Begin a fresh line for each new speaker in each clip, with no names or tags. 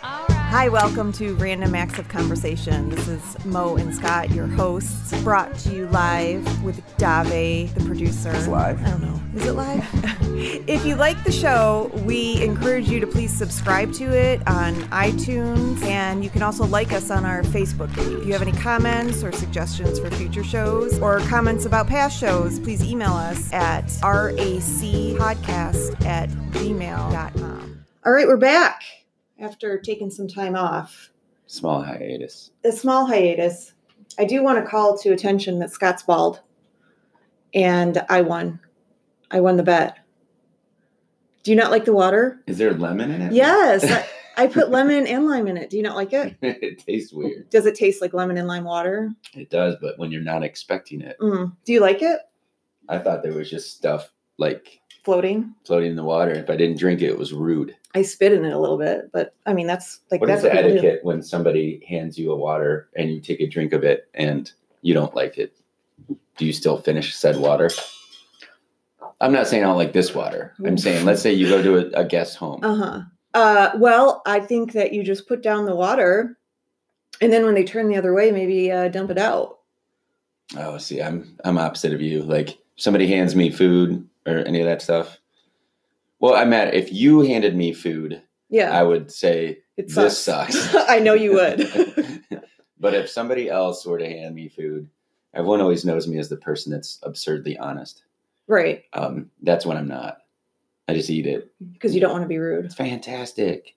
Hi, welcome to Random Acts of Conversation. This is Mo and Scott, your hosts, brought to you live with Dave, the producer.
It's live?
I don't know. Is it live? if you like the show, we encourage you to please subscribe to it on iTunes, and you can also like us on our Facebook page. If you have any comments or suggestions for future shows or comments about past shows, please email us at racpodcast at gmail.com. All right, we're back after taking some time off,
Small hiatus.
a small hiatus. I do want to call to attention that Scott's bald, and I won. I won the bet. Do you not like the water?
Is there lemon in it?
Yes, I, I put lemon and lime in it. Do you not like it?
it tastes weird.
Does it taste like lemon and lime water?
It does, but when you're not expecting it,
Mm. Do you like it?
I thought there was just stuff like
Floating.
floating in the water. If I didn't drink it, it was rude.
I spit in it a little bit, but I mean that's like
what
that's
is the
what people do.
etiquette when somebody hands you a water and you take a drink of it and you don't like it? Do you still finish said water? I'm not saying I don't like this water. I'm saying, let's say you go to a, a guest home.
Uh-huh. Uh well, I think that you just put down the water and then when they turn the other way, maybe uh, dump it out.
Oh, see, I'm I'm opposite of you. Like somebody hands me food or any of that stuff. Well, I meant if you handed me food,
Yeah.
I would say
it
this
sucks.
sucks.
I know you would.
but if somebody else were to hand me food, everyone always knows me as the person that's absurdly honest.
right.
Um, that's when I'm not. I just eat it.
Because you don't want to be rude,
It's fantastic.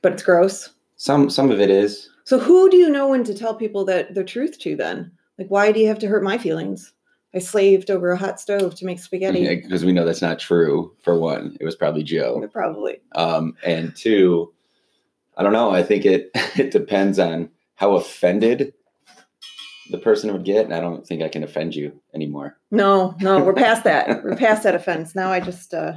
but it's gross.
Some some of it is.
So who do you know when to tell people that the truth to then? Like why do you have to hurt my feelings? I slaved over a hot stove to make spaghetti.
Because we know that's not true. For one, it was probably Joe.
Probably.
um, and two i don't know i think it it depends on how offended the person would get and i don't think i can offend you anymore
No, no, we're past that. We're past that offense. Now I just uh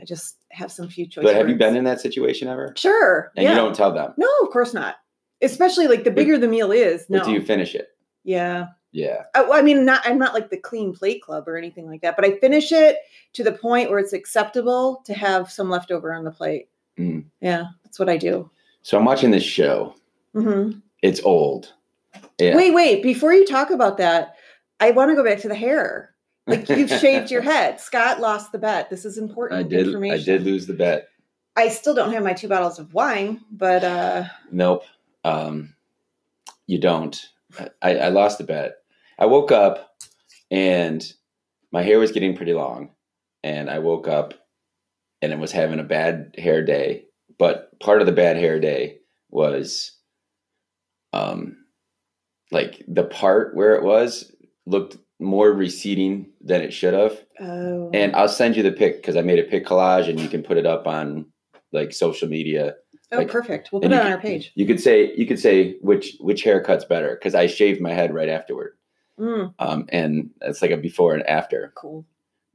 I just have some few choices.
but have you been in that situation ever
Sure.
and
yeah.
you don't tell them
No, of course not. Especially like the bigger the meal is. No.
but do you finish it
yeah.
yeah
I, Oh, well, I mean, not I'm not like the clean plate club or anything like that, but I finish it to the point where it's acceptable to have some leftover on the plate.
Mm.
Yeah, that's what I do.
so i'm watching this show
Mhm.
it's old yeah
Wait, wait. Before you talk about that, I want to go back to the hair. Like you've shaved your head. Scott lost the bet. This is important
i did i
information.
did lose the bet
I still don't have my two bottles of wine, but uh
nope um you don't i i lost the bet i woke up and my hair was getting pretty long and i woke up and it was having a bad hair day but part of the bad hair day was um like the part where it was looked more receding than it should have
oh
and i'll send you the pic because i made a pic collage and you can put it up on like social media
oh
like-
perfect. We'll
and
put it
you
on
can-
our page.
you could say you could say which which haircut's better because I shaved my head right afterward,
Mm,
um, and it's like a before and after.
cool.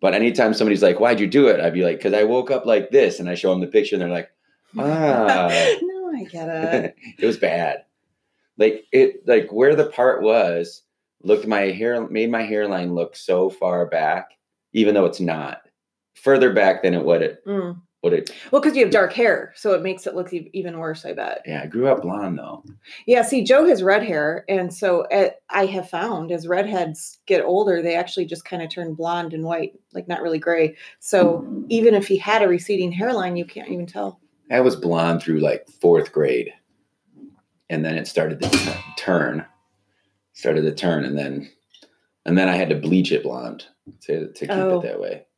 But anytime somebody's like, "Why'd you do it?" I'd be like, "Cause I woke up like this," and I show them the picture, and they're like, "Ah,
no, I get it.
it was bad." Like it, like where the part was looked my hair made my hairline look so far back, even though it's not further back than it would it
Mm.
would it.
Well, because you have dark hair, so it makes it look e- even worse. I bet.
Yeah, I grew up blonde though.
Yeah. See, Joe has red hair, and so uh I have found as redheads get older, they actually just kind of turn blonde and white, like not really gray. So even if he had a receding hairline, you can't even tell.
I was blonde through like fourth grade, and then it started to t- turn, started to turn, and then, and then I had to bleach it blonde to to keep
Oh.
it that way.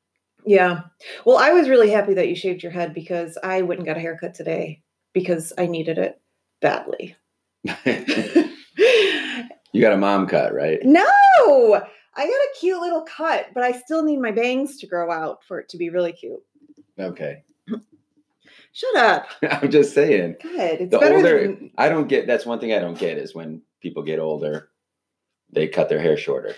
Yeah. Well, I was really happy that you shaved your head because I went and got a haircut today because I needed it badly.
you got a mom cut, right?
no, I got a cute little cut, but I still need my bangs to grow out for it to be really cute.
Okay,
Shut up.
I'm just saying.
Good. It's
The
better
older-
than
I don't get. That's one thing I don't get is when people get older, they cut their hair shorter.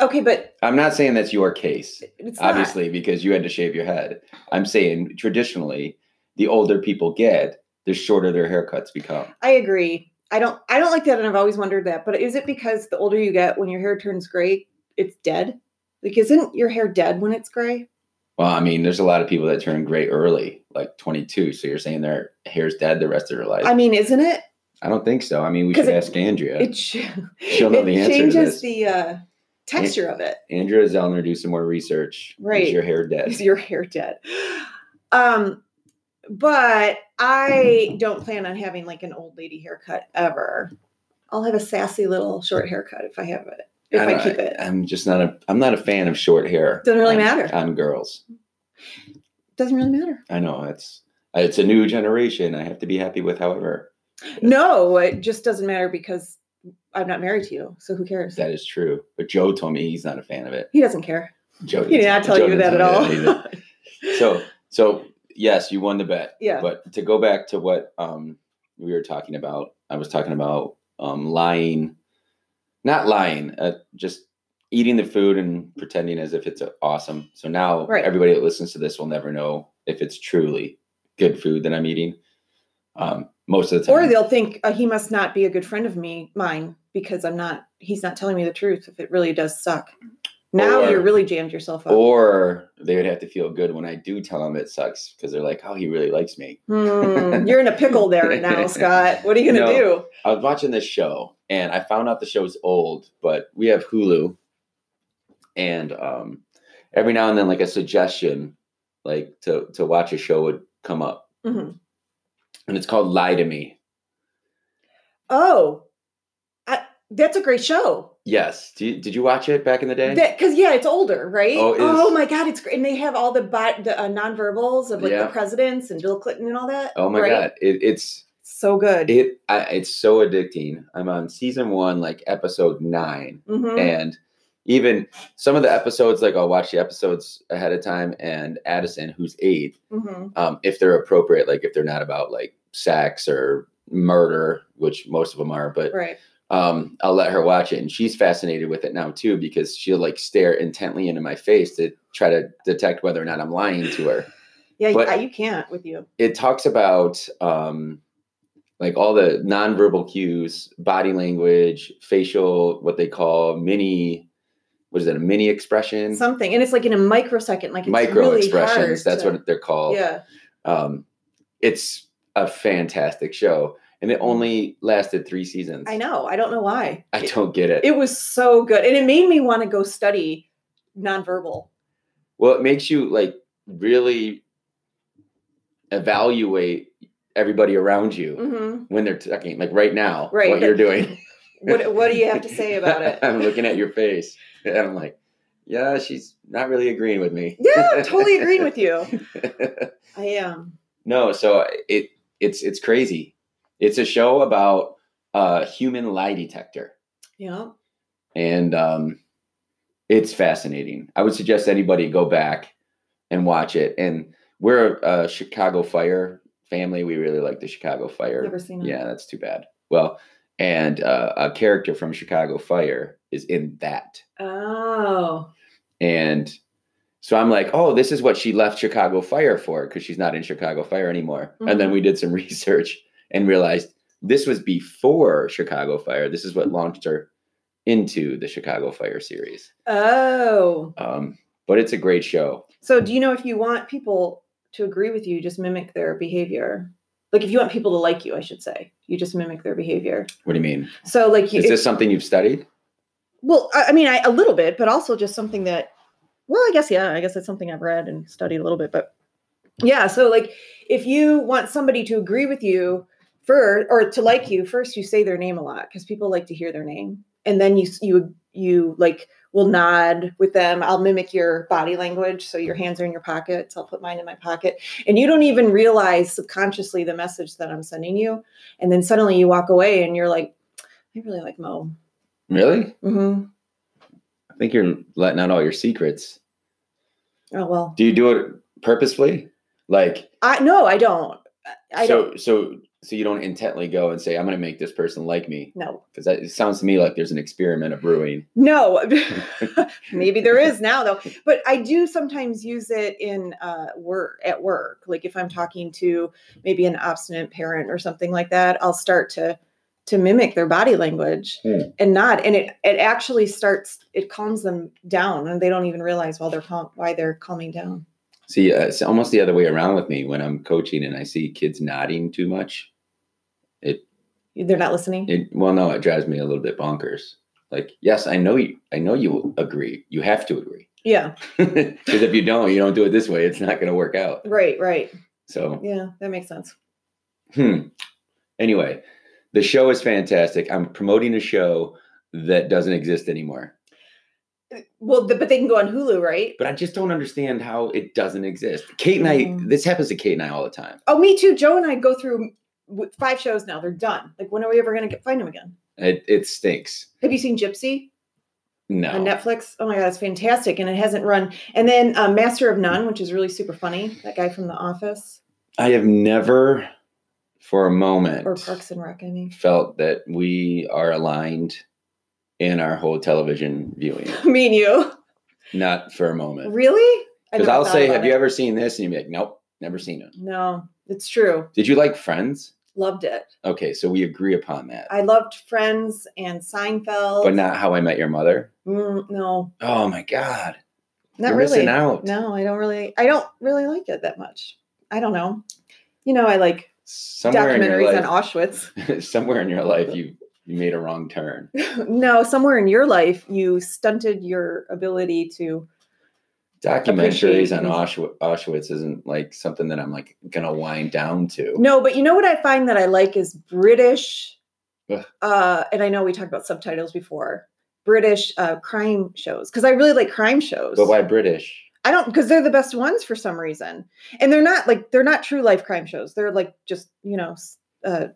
okay, but
I'm not saying that's your case.
it's not.
obviously because you had to shave your head. I'm saying traditionally, the older people get, the shorter their haircuts become.
I agree. I don't. I don't like that, and I've always wondered that. But is it because the older you get, when your hair turns gray, it's dead? Like, isn't your hair dead when it's gray?
Well, I mean, there's a lot of people that turn gray early, like 22. So you're saying their hair's dead the rest of their life?
I mean, isn't it?
I don't think so. I mean, we should
'Cause it-
ask Andrea.
It, ch-
She'll know
it
the answer to
changes
this.
the uh, texture of it.
Andrea Zellner, do some more research.
Right.
Is your hair dead?
Is your hair dead? Um, but I don't plan on having like an old lady haircut ever. I'll have a sassy little short haircut if I have it. If I,
don't-
keep it,
I'm just not a. I'm not a fan of short hair.
Doesn't really
on-
matter.
on girls.
doesn't really matter.
I know it's it's a new generation. I have to be happy with however
No, it just doesn't matter because I'm not married to you. So who cares?
that is true. But Joe told me he's not a fan of it.
He doesn't care.
Joe
He did
didn't-
not tell
Joe
you
didn't
that at
tell
all.
me that either. so so yes, you won the bet.
yeah.
But to go back to what um, we were talking about, I was talking about um, lying, not lying, uh, just eating the food and pretending as if it's uh, awesome. So now
Right.
everybody that listens to this will never know if it's truly good food that I'm eating. Um, most of the time,
Or they'll think uh, he must not be a good friend of me, mine, because I'm not. He's not telling me the truth. If it really does suck, now
Or-
you're really jammed yourself up.
or they would have to feel good when I do tell them it sucks because they're like, "Oh, he really likes me."
Hmm, you're in a pickle there now, Scott. What are you gonna
No.
do?
I was watching this show and I found out the show's old, but we have Hulu. And um, every now and then, like a suggestion, like to, to watch a show would come up.
Mhm.
And it's called Lie to Me.
Oh, I, that's a great show.
Yes. Do you, did you watch it back in the day?
Because yeah, it's older, right?
Oh, it is.
my God, it's great. And they have all the bi- the uh, nonverbals of like
Yeah.
the presidents and Bill Clinton and all that.
oh my
right?
God. It, it's
so good.
it I, it's so addicting. I'm on season one, like episode 9
Mhm.
And even some of the episodes, like I'll watch the episodes ahead of time. And Addison, who's eight,
Mhm.
um, if they're appropriate, like if they're not about like sex or murder, which most of them are, but
Right.
um, I'll let her watch it. And she's fascinated with it now too, because she'll like stare intently into my face to try to detect whether or not I'm lying to her.
Yeah,
But-
I- you can't with you.
It talks about um, like all the nonverbal cues, body language, facial, what they call mini, what is it, a mini expression?
Something, and it's like in a microsecond, like it's
Micro
really
expressions,
hard
that's
to-
what they're called.
Yeah.
um, it's a fantastic show and it only lasted three seasons
Mm. I know. I don't know why.
i
It-
don't get it,
It was so good. And it made me want to go study nonverbal.
well it makes you like really evaluate everybody around you
hmm
when they're talking like right now
Right,
what
that-
you're doing
What, what do you have to say about it?
i'm looking at your face and i'm like yeah she's not really agreeing with me
Yeah, I'm totally agreeing with you. I am.
no so it it's it's crazy it's a show about a human lie detector
Yeah.
and um, it's fascinating. I would suggest anybody go back and watch it. And we're a, Chicago Fire family. We really like the Chicago Fire.
Never seen it.
yeah, that's too bad. Well, and uh, a character from Chicago Fire is in that,
Oh.
and so I'm like, oh, this is what she left Chicago Fire for because she's not in Chicago Fire anymore. And then
Mhm.
we did some research and realized this was before Chicago Fire. This is what launched her into the Chicago Fire series.
Oh.
Um, but it's a great show.
So do you know if you want people to agree with you, just mimic their behavior? Like if you want people to like you, I should say, you just mimic their behavior.
What do you mean?
So like you
Is this something you've studied?
Well, I, I mean, I, a little bit, but also just something that, well, I guess, yeah, I guess it's something I've read and studied a little bit, but yeah. So, like, if you want somebody to agree with you for, or to like you, first you say their name a lot because people like to hear their name. And then you, s- you, you like will nod with them. I'll mimic your body language. So your hands are in your pockets. I'll put mine in my pocket. And you don't even realize subconsciously the message that I'm sending you. And then suddenly you walk away and you're like, I really like Mo.
Really?
hmm
I think you're letting out all your secrets.
Oh well,
Do you do it purposefully? Like
I no, I don't. I- I
so
don't.
so so you don't intently go and say, I'm gonna make this person like me.
No,
Because that it sounds to me like there's an experiment of brewing.
no. Maybe there is now though, but I do sometimes use it in uh, work at work. Like if I'm talking to maybe an obstinate parent or something like that, I'll start to to mimic their body language
Hmm.
and not, and it it actually starts. It calms them down, and they don't even realize while they're calm why they're calming down.
See, uh, it's almost the other way around with me when I'm coaching and I see kids nodding too much.
They're not listening.
It, well, no, it drives me a little bit bonkers. Like, yes, I know you. I know you agree. You have to agree
Yeah.
because if you don't, you don't do it this way, it's not going to work out.
Right. Right.
So,
Yeah. That makes sense.
hmm. anyway, the show is fantastic. I'm promoting a show that doesn't exist anymore,
Well, th- but they can go on Hulu, right?
but I just don't understand how it doesn't exist. Kate and I,
Mm.
this happens to Kate and I all the time.
Oh, me too. Joe and I go through w- five shows now. They're done. Like, when are we ever going to find them again?
It, it stinks.
Have you seen Gypsy
No,
on Netflix? Oh my god, it's fantastic, and it hasn't run. And then um, Master of None, which is really super funny. That guy from The Office
I have never, for a moment,
or Parks and Rec. I mean,
felt that we are aligned in our whole television viewing.
me and you.
Not for a moment.
Really? I
Because
never
I'll
thought
say,
about
have you
it."
ever seen this? And you'd be like, nope, never seen it.
No, it's true.
Did you like Friends?
Loved it.
Okay, so we agree upon that.
I loved Friends and Seinfeld.
but not How I Met Your Mother.
Mm, no,
Oh my God.
not
You're
really.
missing out.
No, I don't really. I don't really like it that much. I don't know. You know, I like
Somewhere in your
documentaries
life,
on Auschwiz.
somewhere in your life, you you made a wrong turn.
no, somewhere in your life, you stunted your ability to. Appreciate
Documentaries on
it.
Auschwitz, Auschwitz isn't like something that I'm like gonna wind down to.
No, but you know what I find that I like is British,
Ugh.
uh, and I know we talked about subtitles before. British uh, crime shows because I really like crime shows.
But why British?
I don't because they're the best ones for some reason, and they're not like they're not true life crime shows. They're like just you know s- uh,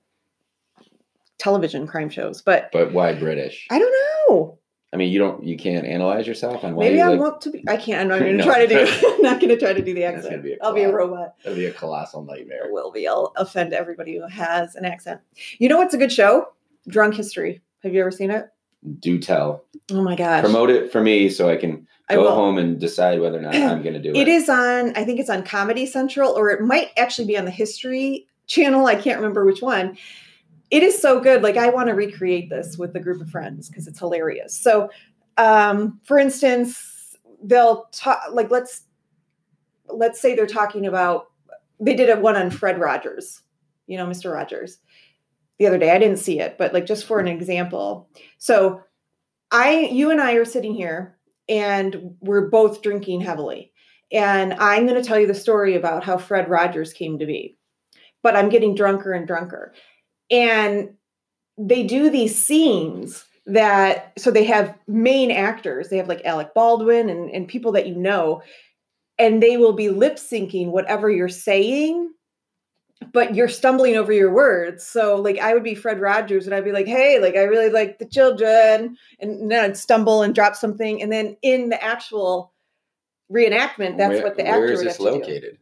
television crime shows. But
But why British?
I don't know.
I mean, you don't, you can't analyze yourself on why
Maybe
you
I
like,
want to be. I can't. I'm not going to
No.
try to do. I'm not going to try to do the
That's gonna
accent.
be a
I'll be a
collab.
robot.
That'd be a colossal nightmare.
It will be. I'll offend everybody who has an accent. You know what's a good show? Drunk History. Have you ever seen it?
Do tell.
Oh my gosh.
Promote it for me so I can
I
go
will.
home and decide whether or not I'm gonna do it.
It is on, I think it's on Comedy Central, or it might actually be on the History channel. I can't remember which one. It is so good. Like, I want to recreate this with a group of friends because it's hilarious. So, um, for instance, they'll talk, like, let's, let's say they're talking about, they did a one on Fred Rogers, you know, Mr. Rogers the other day. I didn't see it, but like, just for an example. So, I, you and I are sitting here and we're both drinking heavily. And I'm going to tell you the story about how Fred Rogers came to be. But I'm getting drunker and drunker. And they do these scenes that, so they have main actors, they have like Alec Baldwin and, and people that you know, and they will be lip syncing whatever you're saying. But you're stumbling over your words. So, like, I would be Fred Rogers and I'd be like, hey, like, I really like the children. And then I'd stumble and drop something. And then in the actual reenactment, that's
Where-
what the actor
Where is
would
this
have to do.
located?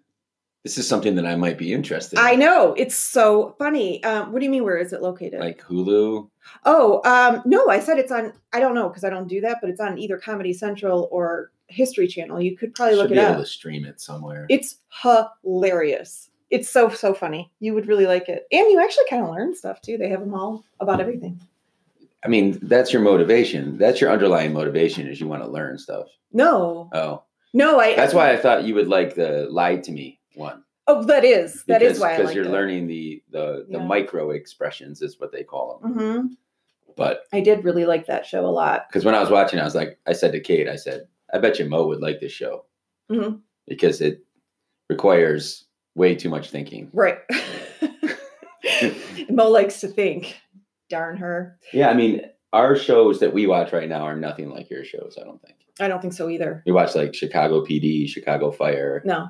This is something that I might be interested
I
in.
know it's so funny. Um, what do you mean? Where is it located?
Like Hulu.
oh, um, no, I said it's on. I don't know because I don't do that, but it's on either Comedy Central or History Channel. You could probably
should
look
be
it
able
up.
to stream it somewhere.
It's hilarious. It's so so funny. You would really like it, and you actually kind of learn stuff too. They have them all about everything.
I mean, that's your motivation. That's your underlying motivation is you want to learn stuff.
No,
Oh,
no, I.
that's why I thought you would like the "Lie to Me" one.
Oh, that is that is why I
because
like
you're
it.
learning the the the
Yeah.
micro expressions is what they call them.
hmm
But
I did really like that show a lot.
because when I was watching, I was like, I said to Kate, I said, I bet you Mo would like this show
Mhm.
because it requires way too much thinking.
Right. Mo likes to think. Darn her.
Yeah, I mean, our shows that we watch right now are nothing like your shows. I don't think
I don't think so either.
we watch like Chicago PD, Chicago Fire.
No,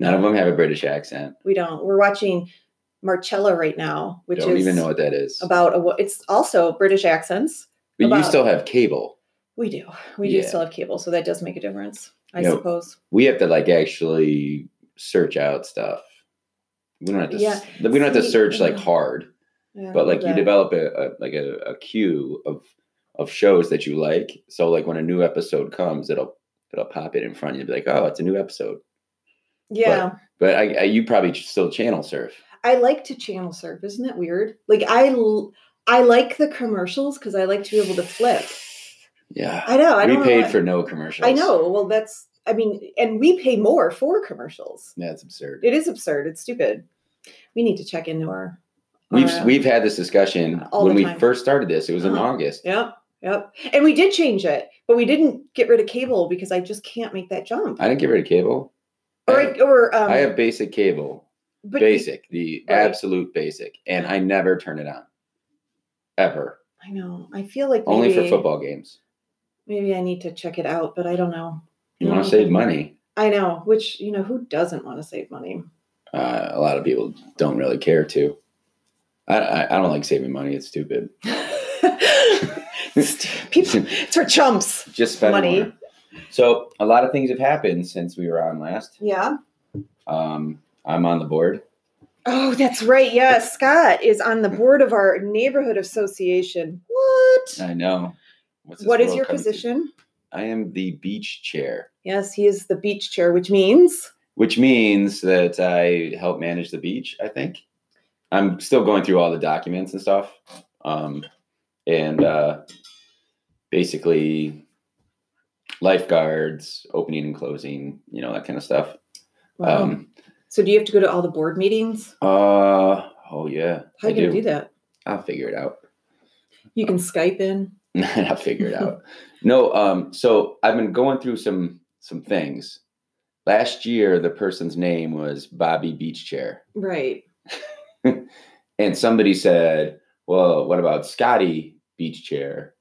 None of them have a British accent.
we don't. We're watching Marcella right now, which
don't
is
even know what that is.
about a. wo- It's also British accents.
but you
about-
still have cable.
We do. We
Yeah.
do still have cable, so that does make a difference, I
You know,
suppose.
We have to like actually search out stuff. We don't have to. s- we don't have to
see,
search like
uh,
hard,
Yeah,
but like
do
you
that.
develop a, a like a, a queue of of shows that you like. So like when a new episode comes, it'll it'll pop it in front. You'll be like, oh, it's a new episode.
Yeah,
But I, I you probably still channel surf.
I like to channel surf. Isn't that weird? Like I, l- I like the commercials because I like to be able to flip.
Yeah.
I know. I
we
don't know
paid
why-
for no commercials.
I know. Well, that's. I mean, and we pay more for commercials.
Yeah, it's absurd.
It is absurd. It's stupid. We need to check into our.
We've
our, uh,
we've had this discussion
All
when
the
we
time.
first started this. It was in
Uh-huh.
August.
Yep. Yep. And we did change it, but we didn't get rid of cable because I just can't make that jump.
I didn't get rid of cable.
or,
I,
I- or um,
I have basic cable,
but-
basic, the
Right.
absolute basic, and I never turn it on, ever.
I know. I feel like
Only for
maybe-
football games.
Maybe I need to check it out, but I don't know.
You want
Mm.
to save money.
I know, which you know, who doesn't want to save money?
Uh, a lot of people don't really care to. I, I, I don't like saving money. It's stupid.
People, it's for chumps.
Just spend
Money.
more. So a lot of things have happened since we were on last.
Yeah.
Um, I'm on the board.
Oh, that's right. Yeah, Scott is on the board of our neighborhood association. What?
I know. What's this
What is
world
your
coming to?
position?
I am the beach chair,
Yes, he is the beach chair, which means
which means that I help manage the beach. I think I'm still going through all the documents and stuff, um, and uh, basically lifeguards, opening and closing, you know that kind of stuff.
Wow.
Um,
so. Do you have to go to all the board meetings?
uh, oh yeah,
How are
I Uh,
you going to do that?
I'll figure it out.
You can Skype in.
I'll figure it out. No, um, so I've been going through some some things. Last year, the person's name was Bobby Beach Chair,
Right.
and somebody said, "Well, what about Scotty Beach Chair?"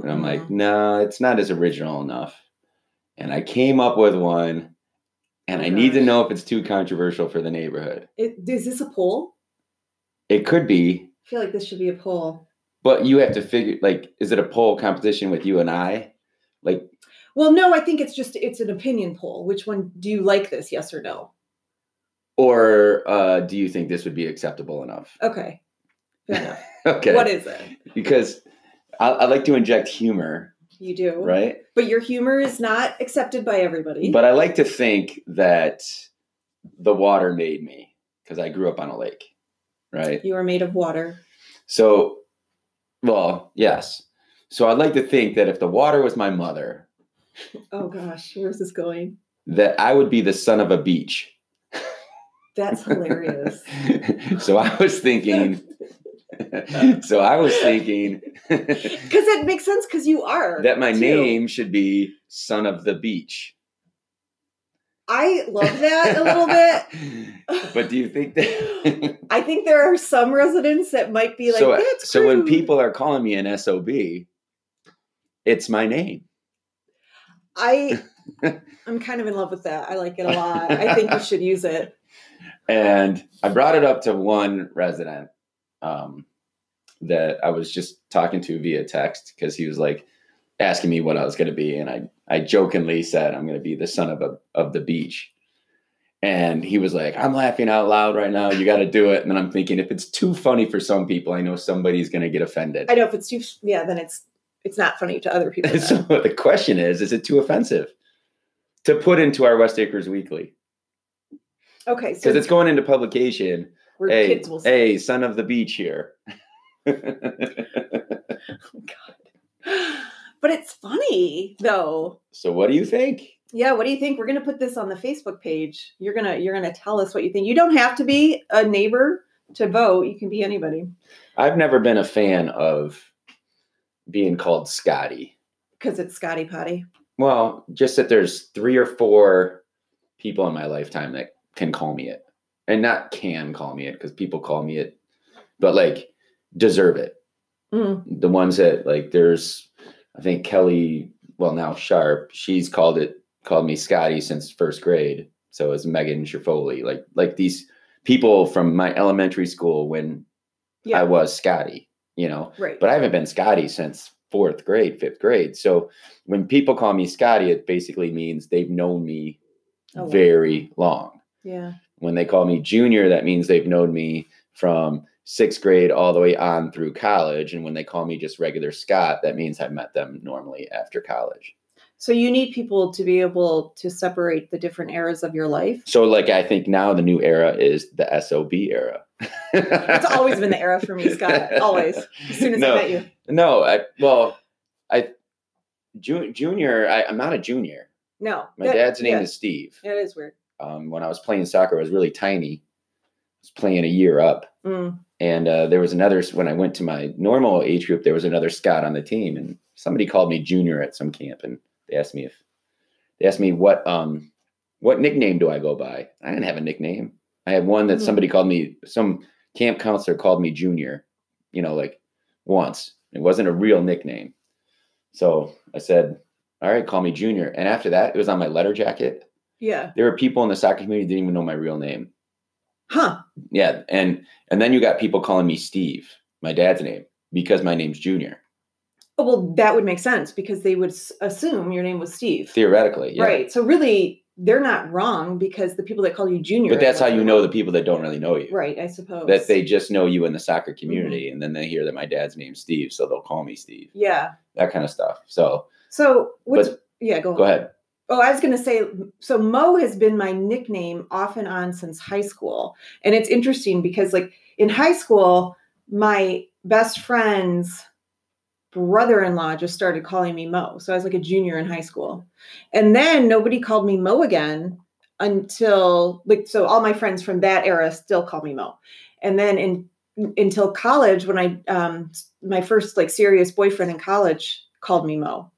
And I'm like,
Mm-hmm.
"No, it's not as original enough." And I came up with one, and I need to
Gosh.
know if it's too controversial for the neighborhood.
it, is this a poll?
It could be,
I feel like this should be a poll.
but you have to figure like, is it a poll competition with you and I? Like,
Well, no, I think it's just it's an opinion poll. Which one do you like this? Yes or no?
or uh, do you think this would be acceptable enough?
Okay. Fair enough.
Okay.
What is it?
because I, I like to inject humor,
You do.
right?
But your humor is not accepted by everybody.
But I like to think that the water made me because I grew up on a lake, right?
you are made of water.
So, well, yes. So I'd like to think that if the water was my mother,
Oh gosh, where's this going?
that I would be the son of a beach.
That's hilarious.
so I was thinking. so I was thinking that
Because it makes sense because you are.
my
too.
name should be son of the beach.
I love that a little bit.
bit. but do you think that?
I think there are some residents that might be like,
so, uh,
that's
so when
crude."
people are calling me an sob, it's my name.
I, I'm kind of in love with that. I like it a lot. I think you should use it.
And I brought it up to one resident um, that I was just talking to via text because he was like asking me what I was going to be, and I I jokingly said I'm going to be the son of a of the beach. And he was like, I'm laughing out loud right now. You got to do it. And then I'm thinking, if it's too funny for some people, I know somebody's going to get offended.
I know if it's too, yeah, then it's it's not funny to other people.
so
then.
the question is, is it too offensive to put into our West Acres Weekly?
Okay, so
Because it's going into publication.
where
hey,
kids will say,
hey, son of the beach here.
but it's funny though.
so what do you think?
Yeah, what do you think? We're gonna put this on the Facebook page. You're gonna you're gonna tell us what you think. You don't have to be a neighbor to vote. You can be anybody
I've never been a fan of being called Scotty.
because it's Scotty Potty.
Well, just that there's three or four people in my lifetime that can call me it. And not can call me it because people call me it, but like deserve it.
Mm.
the ones that like there's i think kelly well now sharp she's called it called me scotty since first grade so is megan Schifoli. like like these people from my elementary school when
Yeah,
i was scotty you know
right.
but i haven't been scotty since fourth grade fifth grade so when people call me scotty it basically means they've known me
Oh, wow.
very long
yeah,
when they call me junior, that means they've known me from sixth grade all the way on through college. And when they call me just regular Scott, that means I've met them normally after college.
so you need people to be able to separate the different eras of your life.
So, like, I think now the new era is the SOB era.
It's always been the era for me, Scott. Always. As soon as
No.
I met you.
No, I, well, I, ju- junior, I, I'm not a junior.
No.
My
that-
dad's name
yeah,
is Steve.
That is weird.
Um, when I was playing soccer, I was really tiny. I was playing a year up.
Mm.
And uh, there was another, when I went to my normal age group, there was another Scott on the team. And somebody called me junior at some camp and they asked me if, they asked me what, um, what nickname do I go by? I didn't have a nickname. I had one that
Mhm.
somebody called me, some camp counselor called me junior, you know, like once. It wasn't a real nickname. So I said, all right, call me junior. And after that, it was on my letter jacket.
Yeah.
There were people in the soccer community didn't even know my real name.
Huh.
Yeah, and and then you got people calling me Steve, my dad's name, because my name's Junior.
Oh, well, that would make sense because they would s- assume your name was Steve.
Theoretically, yeah.
Right. So really, they're not wrong because the people that call you junior.
But that's how
are
you
wrong.
know the people that don't really know you.
Right. Mm-hmm. I suppose.
That they just know you in the soccer community, and then they hear that my dad's name's Steve, so they'll call me Steve.
Yeah.
That kind of stuff. So
So what's? yeah. Go. on.
go ahead.
Oh, I was going to say, so Mo has been my nickname off and on since high school. And it's interesting because, like, in high school, my best friend's brother in law just started calling me Mo. So I was like a junior in high school. And then nobody called me Mo again until, like, so all my friends from that era still call me Mo. And then in until college, when I, um, my first like serious boyfriend in college called me Mo.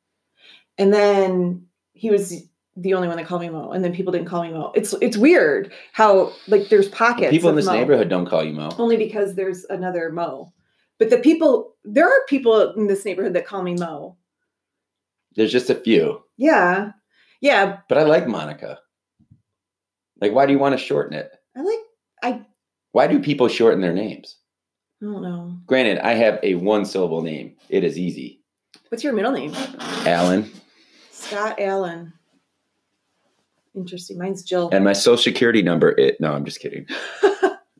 And then he was the only one that called me Mo, and then people didn't call me Mo. It's it's weird how like there's pockets.
people in
of
this
Mo, Oh.
neighborhood don't call you Mo.
only because there's another Mo. But the people there are people in this neighborhood that call me Mo.
There's just a few.
Yeah, yeah.
But I like Monica. Like, why do you want to shorten it?
I like
Why do people shorten their names?
I don't know.
Granted, I have a one syllable name. It is easy.
What's your middle name?
Alan.
Scott Allen. Interesting. Mine's Jill.
and my social security number it no i'm just kidding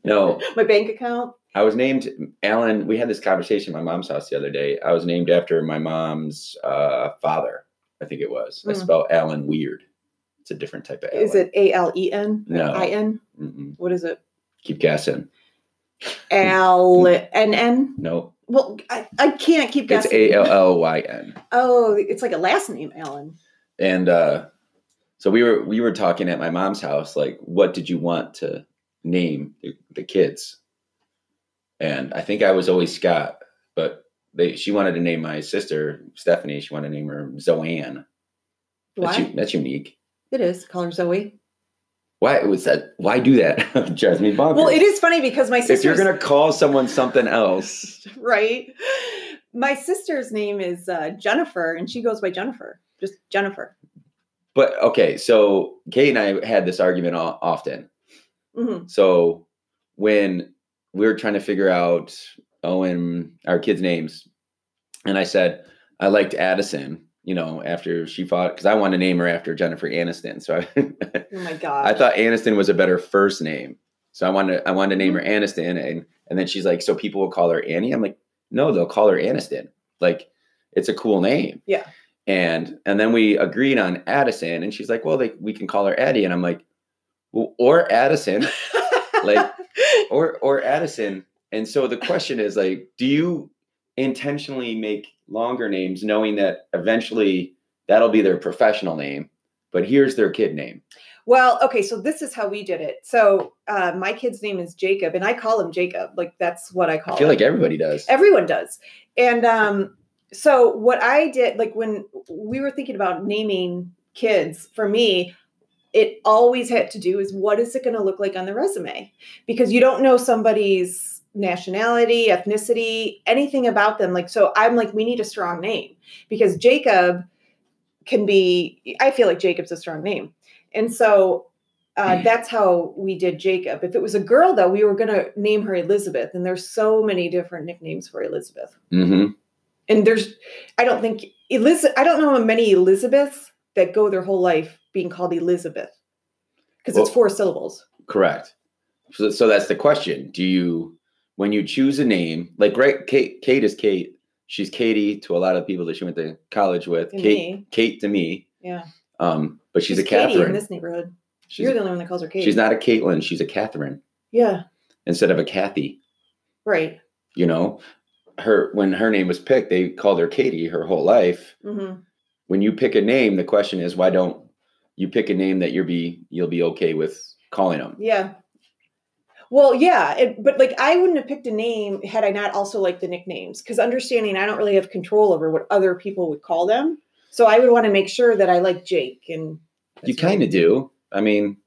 no
my bank account.
i was named alan we had this conversation at my mom's house the other day i was named after my mom's uh, father i think it was i
Mm.
spell alan weird it's a different type of alan.
Is it A L E N?
No.
I N.
Mm-mm.
What is it?
keep guessing
L N N.
no
Well, I, I can't keep
it's
guessing.
a-l-l-y-n
Oh, it's like a last name, Alan.
and uh, so we were we were talking at my mom's house like what did you want to name the, the kids and i think i was always scott but they she wanted to name my sister stephanie she wanted to name her zoanne that's,
Why?
u- that's unique
It is. Call her Zoe.
why was that why do that It drives me bonkers
Well, it is funny because my sister's
if you're gonna call someone something else
right. My sister's name is uh, Jennifer, and she goes by Jennifer, just Jennifer.
but okay so kate and i had this argument o- often
hmm
So when we were trying to figure out Owen, our kids' names, and I said I liked Addison, you know, after she fought because I wanted to name her after Jennifer Aniston. So I,
Oh my god!
I thought Aniston was a better first name, so I wanted I wanted to name her
Mm-hmm.
Aniston, and and then she's like, so people will call her Annie. I'm like, no, they'll call her Aniston. Like, it's a cool name.
Yeah.
And and then we agreed on Addison, and she's like, well, they, we can call her Addie, and I'm like, well, or Addison like- or or Addison. And so the question is like, do you intentionally make longer names knowing that eventually that'll be their professional name, but here's their kid name.
well, okay. So this is how we did it. So uh, my kid's name is Jacob, and I call him Jacob. Like that's what I call.
I feel
him.
like everybody does.
Everyone does. And um, so what I did, like when we were thinking about naming kids, for me, it always had to do is what is it going to look like on the resume? Because you don't know somebody's nationality, ethnicity, anything about them. Like, so I'm like, we need a strong name because Jacob can be, I feel like Jacob's a strong name. And so
Hmm.
uh, that's how we did Jacob. If it was a girl, though, we were going to name her Elizabeth. And there's so many different nicknames for Elizabeth.
Mm-hmm.
And there's, I don't think, Elizabeth, I don't know many Elizabeths that go their whole life being called Elizabeth because
Well-
it's four syllables.
Correct. So, so that's the question. Do you when you choose a name, like right Kate Kate is Kate. She's Katie to a lot of people that she went to college with.
And
Kate
me.
Kate to me.
Yeah.
Um, but she's, a
Just Katie
Catherine.
in this neighborhood.
she's,
You're the only one that calls her Katie.
she's not a Caitlin, she's a Catherine
Yeah,
instead of a Kathy.
right.
you know her when her name was picked they called her katie her whole life
hmm
when you pick a name the question is why don't you pick a name that you'll be you'll be okay with calling them.
Yeah. Well, yeah, it, but like I wouldn't have picked a name had I not also liked the nicknames because understanding I don't really have control over what other people would call them. So I would want to make sure that I like Jake and Oh,
you kind of do. I mean,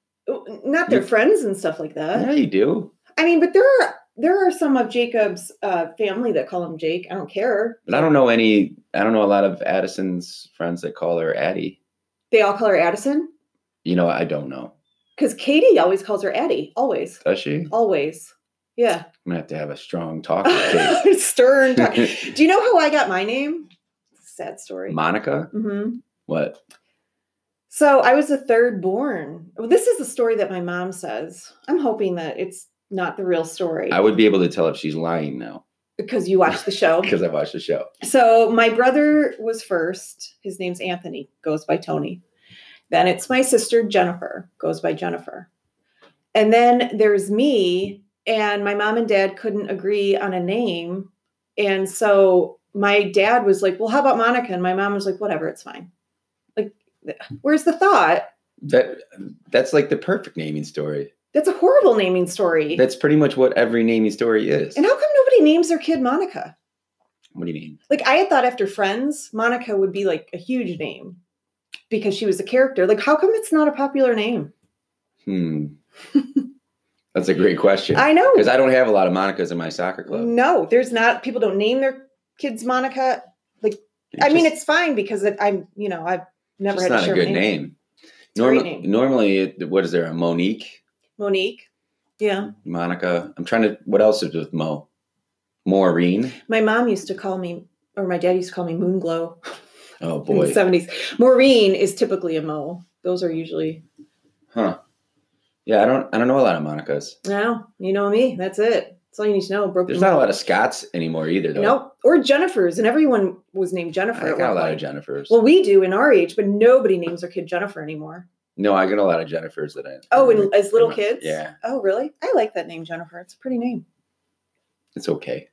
not their
You-
friends and stuff like that.
yeah, you do.
I mean, but there are there are some of Jacob's uh, family that call him Jake. I don't care.
But I don't know any. I don't know a lot of Addison's friends that call her Addie.
They all call her Addison
You know, I don't know.
because Katie always calls her Addie. Always,
Does she? I'm
always. Yeah,
gonna have to have a strong talk with
stern. talk.
Kate.
Do you know how I got my name? Sad story.
Monica.
hmm
What?
So I was the third born. Well, this is the story that my mom says. I'm hoping that it's not the real story
I would be able to tell if she's lying now
because you watched the show.
because I watched the show.
So my brother was first. His name's Anthony, goes by Tony. Then it's my sister Jennifer, goes by Jennifer. And then there's me, and my mom and dad couldn't agree on a name. And so my dad was like, Well, how about Monica? And my mom was like, Whatever, it's fine. Like, th- where's the thought?
That that's like the perfect naming story.
That's a horrible naming story.
That's pretty much what every naming story is.
and how come nobody names their kid Monica?
What do you mean?
Like I had thought after Friends, Monica would be like a huge name because she was a character. Like how come it's not a popular name?
Hmm. that's a great question.
I know.
Because I don't have a lot of Monicas in my soccer club.
No, there's not people don't name their kids Monica.
It's
I mean,
just-
it's fine because it, I'm, you know, I've never
just
had
not
share
a good
my
name.
a great
Norma-
name.
Normally, it- what is there? A Monique,
Monique. Yeah.
Monica. I'm trying to. What else is with Mo? Maureen.
My mom used to call me or my dad used to call me Moonglow
Oh
in the
boy.
70s. Maureen is typically a Mo. Those are usually
Huh. Yeah, I don't. I don't know a lot of Monicas.
No, you know me. That's it. That's all you need to know. Broken
There's not a lot of Scots anymore either, though.
Nope. Or Jennifer's, and everyone was named Jennifer.
I
at
got a
one
lot of
point.
Jennifers.
Well, we do in our age, but nobody names their kid Jennifer anymore.
no, I got a lot of Jennifers that I.
Oh,
remember-
and as little
remember-
kids?
Mm-hmm. Yeah,
Oh, really? I like that name, Jennifer. It's a pretty name.
it's okay.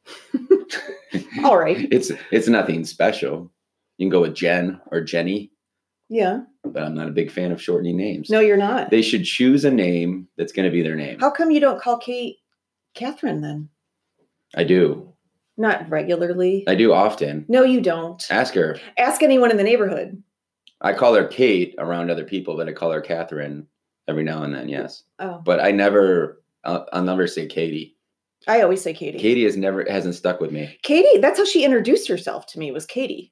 All right.
It's it's nothing special. You can go with Jen or Jenny,
Yeah.
but I'm not a big fan of shortening names.
No, you're not.
They should choose a name that's going to be their name.
How come you don't call Kate Catherine then?
I do.
Not regularly.
I do often.
no, you don't.
Ask her.
Ask anyone in the neighborhood.
I call her Kate around other people, but I call her Catherine every now and then. Yes,
Oh,
but I never. I'll, I'll never say Katie.
I always say Katie.
Katie has never hasn't stuck with me.
Katie, that's how she introduced herself to me, was Katie.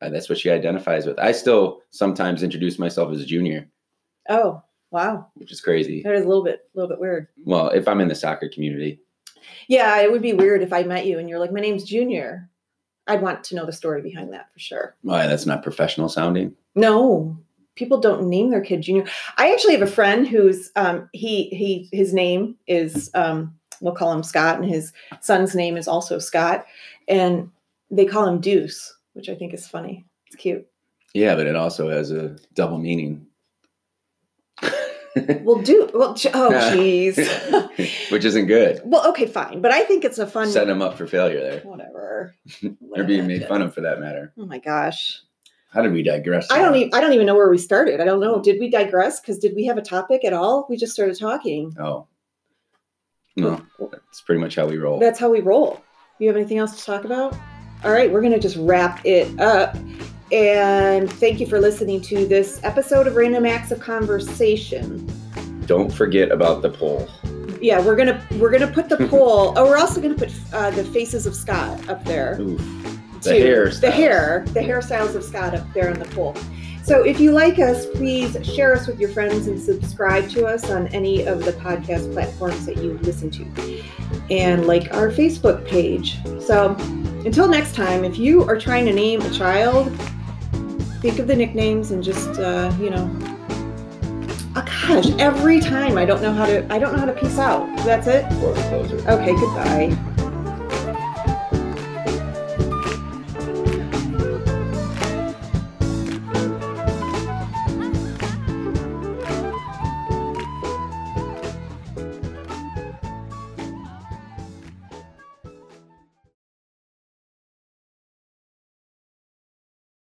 Uh, that's what she identifies with. I still sometimes introduce myself as Junior,
Oh, wow.
which is crazy.
That is a little bit, a little bit weird.
Well, if I'm in the soccer community,
Yeah, it would be weird if I met you and you're like, my name's Junior. I'd want to know the story behind that for sure.
why that's not professional sounding.
No, people don't name their kid Junior. I actually have a friend who's um, he he his name is um, we'll call him Scott, and his son's name is also Scott, and they call him Deuce, which I think is funny. It's cute.
Yeah, but it also has a double meaning,
Well, Deuce. Well, j- oh, jeez.
which isn't good.
well, okay, fine, but I think it's a fun.
Set them up for failure there.
Whatever.
They're being made fun of for that matter.
Oh my gosh.
How did we digress?
I don't even I don't even know where we started. I don't know. Did we digress? Because did we have a topic at all? We just started talking.
Oh. No, that's pretty much how we roll.
That's how we roll. You have anything else to talk about? All right, we're gonna just wrap it up. And thank you for listening to this episode of Random Acts of Conversation.
Don't forget about the poll.
Yeah, we're gonna we're gonna put the poll. oh, we're also gonna put uh, the faces of Scott up there.
Ooh,
to
the hair.
the hair, the hairstyles of Scott up there in the pool. So if you like us, please share us with your friends and subscribe to us on any of the podcast platforms that you listen to. And like our Facebook page. So until next time, if you are trying to name a child, think of the nicknames and just uh, you know. Oh gosh, every time I don't know how to I don't know how to peace out. That's it.
Or the closer.
Okay, goodbye.